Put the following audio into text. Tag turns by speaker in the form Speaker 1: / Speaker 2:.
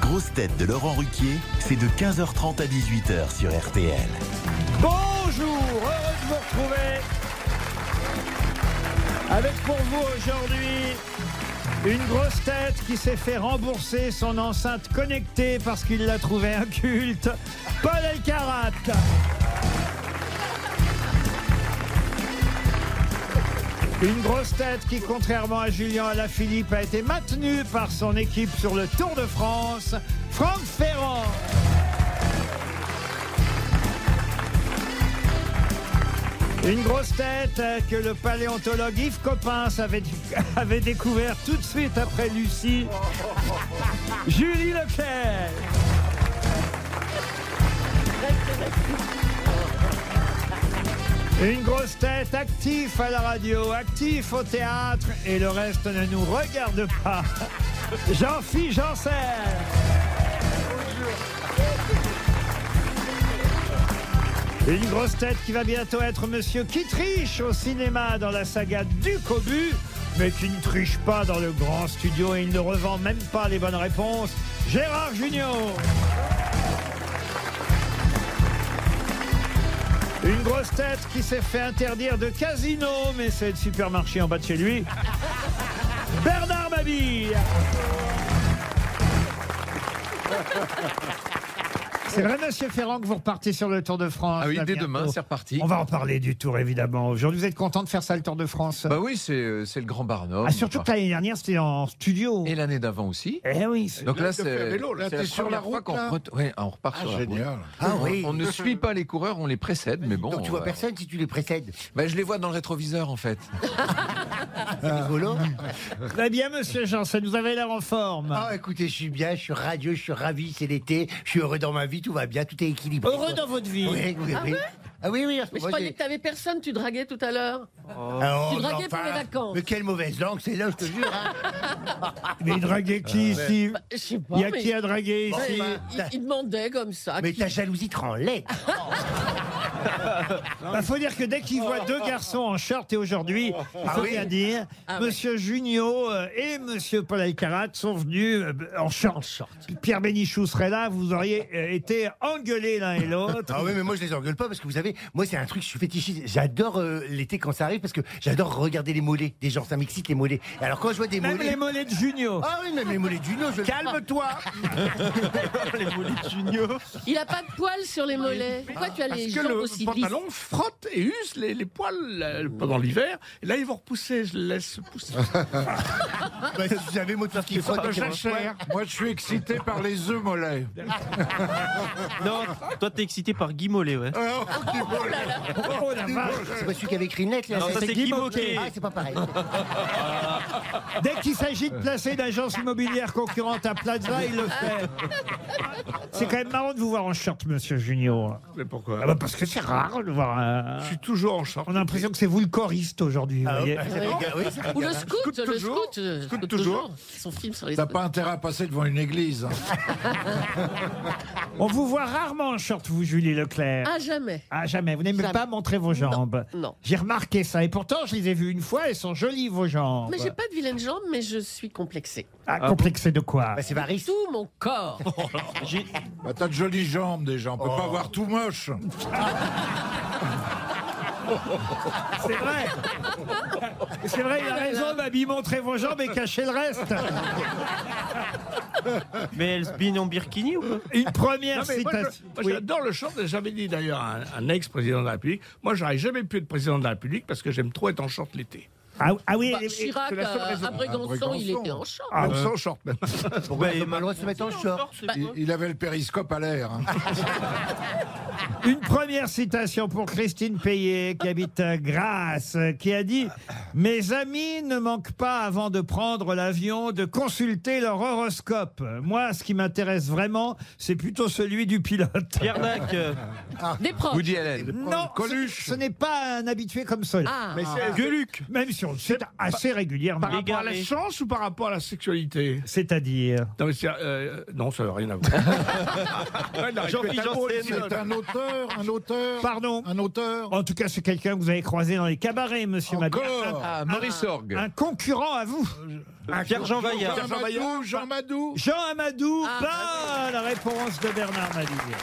Speaker 1: grosses têtes de Laurent Ruquier, c'est de 15h30 à 18h sur RTL.
Speaker 2: Bonjour, heureux de vous retrouver. Avec pour vous aujourd'hui une grosse tête qui s'est fait rembourser son enceinte connectée parce qu'il l'a trouvée inculte, Paul Elkarat. Une grosse tête qui, contrairement à Julien Alaphilippe, a été maintenue par son équipe sur le Tour de France, Franck Ferrand. Une grosse tête euh, que le paléontologue Yves Coppens avait, avait découvert tout de suite après Lucie. Julie Leclerc. Une grosse tête actif à la radio, actif au théâtre et le reste ne nous regarde pas. Jean-Philippe Janssen. Une grosse tête qui va bientôt être Monsieur qui triche au cinéma dans la saga du Cobu, mais qui ne triche pas dans le grand studio et il ne revend même pas les bonnes réponses. Gérard Junior. Une grosse tête qui s'est fait interdire de casino, mais c'est le supermarché en bas de chez lui. Bernard Mabille. C'est vrai, monsieur Ferrand, que vous repartez sur le Tour de France.
Speaker 3: Ah oui,
Speaker 2: là,
Speaker 3: dès
Speaker 2: bientôt.
Speaker 3: demain, c'est reparti.
Speaker 2: On va en parler du Tour, évidemment. Aujourd'hui, vous êtes content de faire ça, le Tour de France
Speaker 3: Bah oui, c'est euh, c'est le grand barnum.
Speaker 2: Ah, Surtout que l'année dernière, c'était en studio.
Speaker 3: Et l'année d'avant aussi.
Speaker 2: Eh oui.
Speaker 4: Euh.
Speaker 2: c'est-
Speaker 3: Donc
Speaker 5: Là,
Speaker 3: là,
Speaker 5: il te
Speaker 3: c'est
Speaker 5: fait vélo, là.
Speaker 3: c'est
Speaker 5: T'es
Speaker 3: la
Speaker 5: sur la
Speaker 3: première fois
Speaker 5: route,
Speaker 3: qu'on
Speaker 5: là
Speaker 3: ret- ouais, on repart sur la route.
Speaker 4: Ah
Speaker 3: On-
Speaker 4: oui.
Speaker 3: On ne suit pas les coureurs, on les précède, mais bon.
Speaker 4: Donc tu vois
Speaker 3: euh,
Speaker 4: personne si tu les précèdes.
Speaker 3: bah, je les vois dans le rétroviseur en fait.
Speaker 4: Rigolo.
Speaker 2: Très bien, monsieur Janssen, vous avez l'air en forme.
Speaker 4: Ah, écoutez, je suis bien, je suis radieux, je suis ravi, c'est l'été, je suis heureux dans ma vie, tout va bien, tout est équilibré.
Speaker 2: Heureux dans votre vie.
Speaker 4: Oui, oui, oui. Ah oui, oui, en ce
Speaker 6: Mais je
Speaker 4: moment,
Speaker 6: croyais
Speaker 4: j'ai-
Speaker 6: que t'avais personne, tu draguais tout à l'heure.
Speaker 4: Ah,
Speaker 6: Tu
Speaker 4: oh,
Speaker 6: draguais
Speaker 4: mais
Speaker 6: pour les vacances. Ah,
Speaker 4: Mais quelle mauvaise langue, c'est là, je te jure. hein.
Speaker 2: Mais draguer
Speaker 4: Ah,
Speaker 2: qui ici
Speaker 6: Bah, Je sais pas.
Speaker 2: Il y a
Speaker 6: mais
Speaker 2: qui à draguer
Speaker 4: Bon,
Speaker 2: ici
Speaker 4: bah,
Speaker 6: il,
Speaker 4: ta-
Speaker 6: il demandait comme ça.
Speaker 4: mais
Speaker 6: qui-
Speaker 4: ta jalousie te rend laid.
Speaker 2: Il Bah, faut dire que dès qu'il voit deux garçons en short, et aujourd'hui, il faut
Speaker 4: oui.
Speaker 2: bien dire,
Speaker 6: Ah ouais.
Speaker 2: Monsieur Junio euh, et Monsieur Paul Alcarat sont venus euh, en short. Pierre Bénichou serait là, vous auriez euh, été engueulés l'un et l'autre.
Speaker 4: Ah oui, mais moi je les engueule pas parce que vous savez, moi c'est un truc, je suis fétichiste. J'adore euh, l'été quand ça arrive parce que j'adore regarder les mollets des gens, ça m'excite les mollets. Et alors quand je vois des
Speaker 2: Même
Speaker 4: mollets.
Speaker 2: les mollets de Junio.
Speaker 4: Ah oui, même les mollets du nôtre, je
Speaker 2: Calme-toi
Speaker 6: Il a pas de poils sur les mollets. Pourquoi tu as les
Speaker 5: Ah, Parce que
Speaker 6: jambes
Speaker 5: le
Speaker 6: aussi
Speaker 5: pantalon
Speaker 6: lisses
Speaker 5: frotte et use les, les poils euh, pendant l'hiver. Et là, ils vont repousser. Je les laisse pousser.
Speaker 4: Bah, si vous savez, moi tout ce qui frotte, c'est mon frère.
Speaker 7: Moi, je suis excité par les œufs mollets.
Speaker 8: Non, toi t'es excité par Guy Mollet, ouais.
Speaker 2: Oh la vache
Speaker 4: Ah, C'est pas celui qui avait écrit net, là.
Speaker 8: Non, ça, c'est Guy Moquet.
Speaker 4: Ah, c'est pas pareil.
Speaker 2: Dès qu'il s'agit de placer une agence immobilière concurrente à Plaza, il le fait. C'est quand même marrant de vous voir en short, monsieur Junior.
Speaker 5: Mais pourquoi
Speaker 2: Ah bah parce que c'est rare de voir un...
Speaker 5: Je suis toujours en short.
Speaker 2: On a l'impression que c'est vous le choriste aujourd'hui. vous
Speaker 4: Ah,
Speaker 2: voyez.
Speaker 4: bah, c'est bon. Oui, c'est
Speaker 6: Ou le
Speaker 4: rigolo.
Speaker 6: scout, le
Speaker 5: toujours.
Speaker 6: scout. euh,
Speaker 5: Scout
Speaker 6: scout
Speaker 5: toujours.
Speaker 6: Son film sur les
Speaker 7: T'as
Speaker 6: scouts.
Speaker 7: pas intérêt à passer devant une église. hein.
Speaker 2: On vous voit rarement en short, vous, Julie Leclerc.
Speaker 6: À jamais.
Speaker 2: Ah, jamais. Vous n'aimez
Speaker 6: Jamais.
Speaker 2: pas montrer vos jambes.
Speaker 6: non.
Speaker 2: J'ai remarqué ça. Et pourtant, je les ai vues une fois. Elles sont jolies, vos jambes.
Speaker 6: Mais j'ai pas de vilaines jambes, mais je suis complexée.
Speaker 2: Ah, complexé de quoi
Speaker 4: Bah, c'est Varys.
Speaker 6: Tout mon corps.
Speaker 7: Bah, T'as de jolies jambes déjà. On peut pas avoir tout moche.
Speaker 2: C'est vrai. C'est vrai,
Speaker 5: Ah
Speaker 2: il a raison, Mabi. Montrez vos jambes et cachez le reste.
Speaker 8: Mais elle se baigne en birkini ou quoi
Speaker 2: Une première
Speaker 5: Non, mais moi, je-
Speaker 2: citation.
Speaker 5: moi,
Speaker 2: Oui.
Speaker 5: j'adore le short. et J'avais dit d'ailleurs à un, un ex-président de la République. Moi, j'aurais jamais pu être président de la République parce que j'aime trop être en short l'été.
Speaker 2: Ah, ah oui,
Speaker 6: Bah,
Speaker 2: et- et-
Speaker 6: Chirac,
Speaker 5: c'est la seule
Speaker 6: euh,
Speaker 5: raison.
Speaker 6: à Brégançon, il était en short.
Speaker 5: Ah, Sans short même.
Speaker 8: Bah,
Speaker 4: Pourquoi ils ont pas le droit de se mettre en short
Speaker 7: Il, il avait le périscope à l'air. hein.
Speaker 2: une première citation pour Christine Payet, qui habite à Grasse, qui a dit Mes amis ne manquent pas, avant de prendre l'avion, de consulter leur horoscope. Moi, ce qui m'intéresse vraiment, c'est plutôt celui du pilote.
Speaker 8: Pierre Dac, euh,
Speaker 5: Ah.
Speaker 6: Des proches.
Speaker 3: Woody Allen.
Speaker 2: Non,
Speaker 7: Coluche.
Speaker 2: ce, ce n'est pas un habitué comme cela.
Speaker 6: Ah,
Speaker 5: Mais c'est
Speaker 2: Gueluc. Même si on le sait assez régulièrement.
Speaker 5: par rapport à la
Speaker 8: Égaré.
Speaker 5: chance ou par rapport à la sexualité
Speaker 2: C'est-à-dire
Speaker 5: Non, mais c'est, euh, non ça n'a rien à voir. Ouais, il aurait pu être
Speaker 8: Jean-Philippe
Speaker 5: un beau
Speaker 8: Janssen.
Speaker 5: aussi.
Speaker 7: C'est un autre auteur, un auteur,
Speaker 2: Pardon Oh,
Speaker 7: un auteur.
Speaker 2: En tout cas, c'est quelqu'un que vous avez croisé dans les cabarets, monsieur Mabille.
Speaker 7: Encore
Speaker 3: Ah, Maurice Orgue.
Speaker 2: Un, un concurrent à vous.
Speaker 8: Pierre-Jean Vaillard.
Speaker 7: Jean Madou, Jean Madou.
Speaker 2: Jean Amadou,
Speaker 6: Ah,
Speaker 2: pas la réponse de Bernard Mabille.